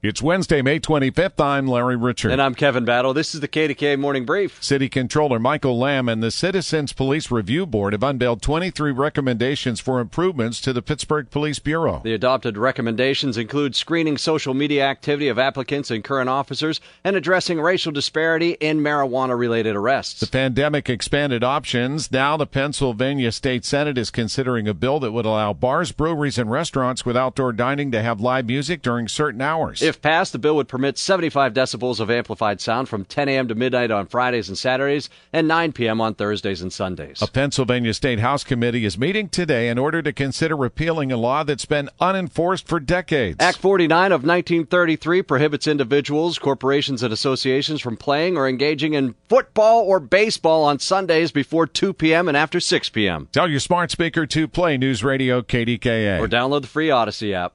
It's Wednesday, May 25th. I'm Larry Richard. And I'm Kevin Battle. This is the KDK Morning Brief. City Controller Michael Lamb and the Citizens Police Review Board have unveiled 23 recommendations for improvements to the Pittsburgh Police Bureau. The adopted recommendations include screening social media activity of applicants and current officers and addressing racial disparity in marijuana related arrests. The pandemic expanded options. Now, the Pennsylvania State Senate is considering a bill that would allow bars, breweries, and restaurants with outdoor dining to have live music during certain hours. If passed, the bill would permit 75 decibels of amplified sound from 10 a.m. to midnight on Fridays and Saturdays and 9 p.m. on Thursdays and Sundays. A Pennsylvania State House committee is meeting today in order to consider repealing a law that's been unenforced for decades. Act 49 of 1933 prohibits individuals, corporations, and associations from playing or engaging in football or baseball on Sundays before 2 p.m. and after 6 p.m. Tell your smart speaker to play News Radio KDKA. Or download the free Odyssey app.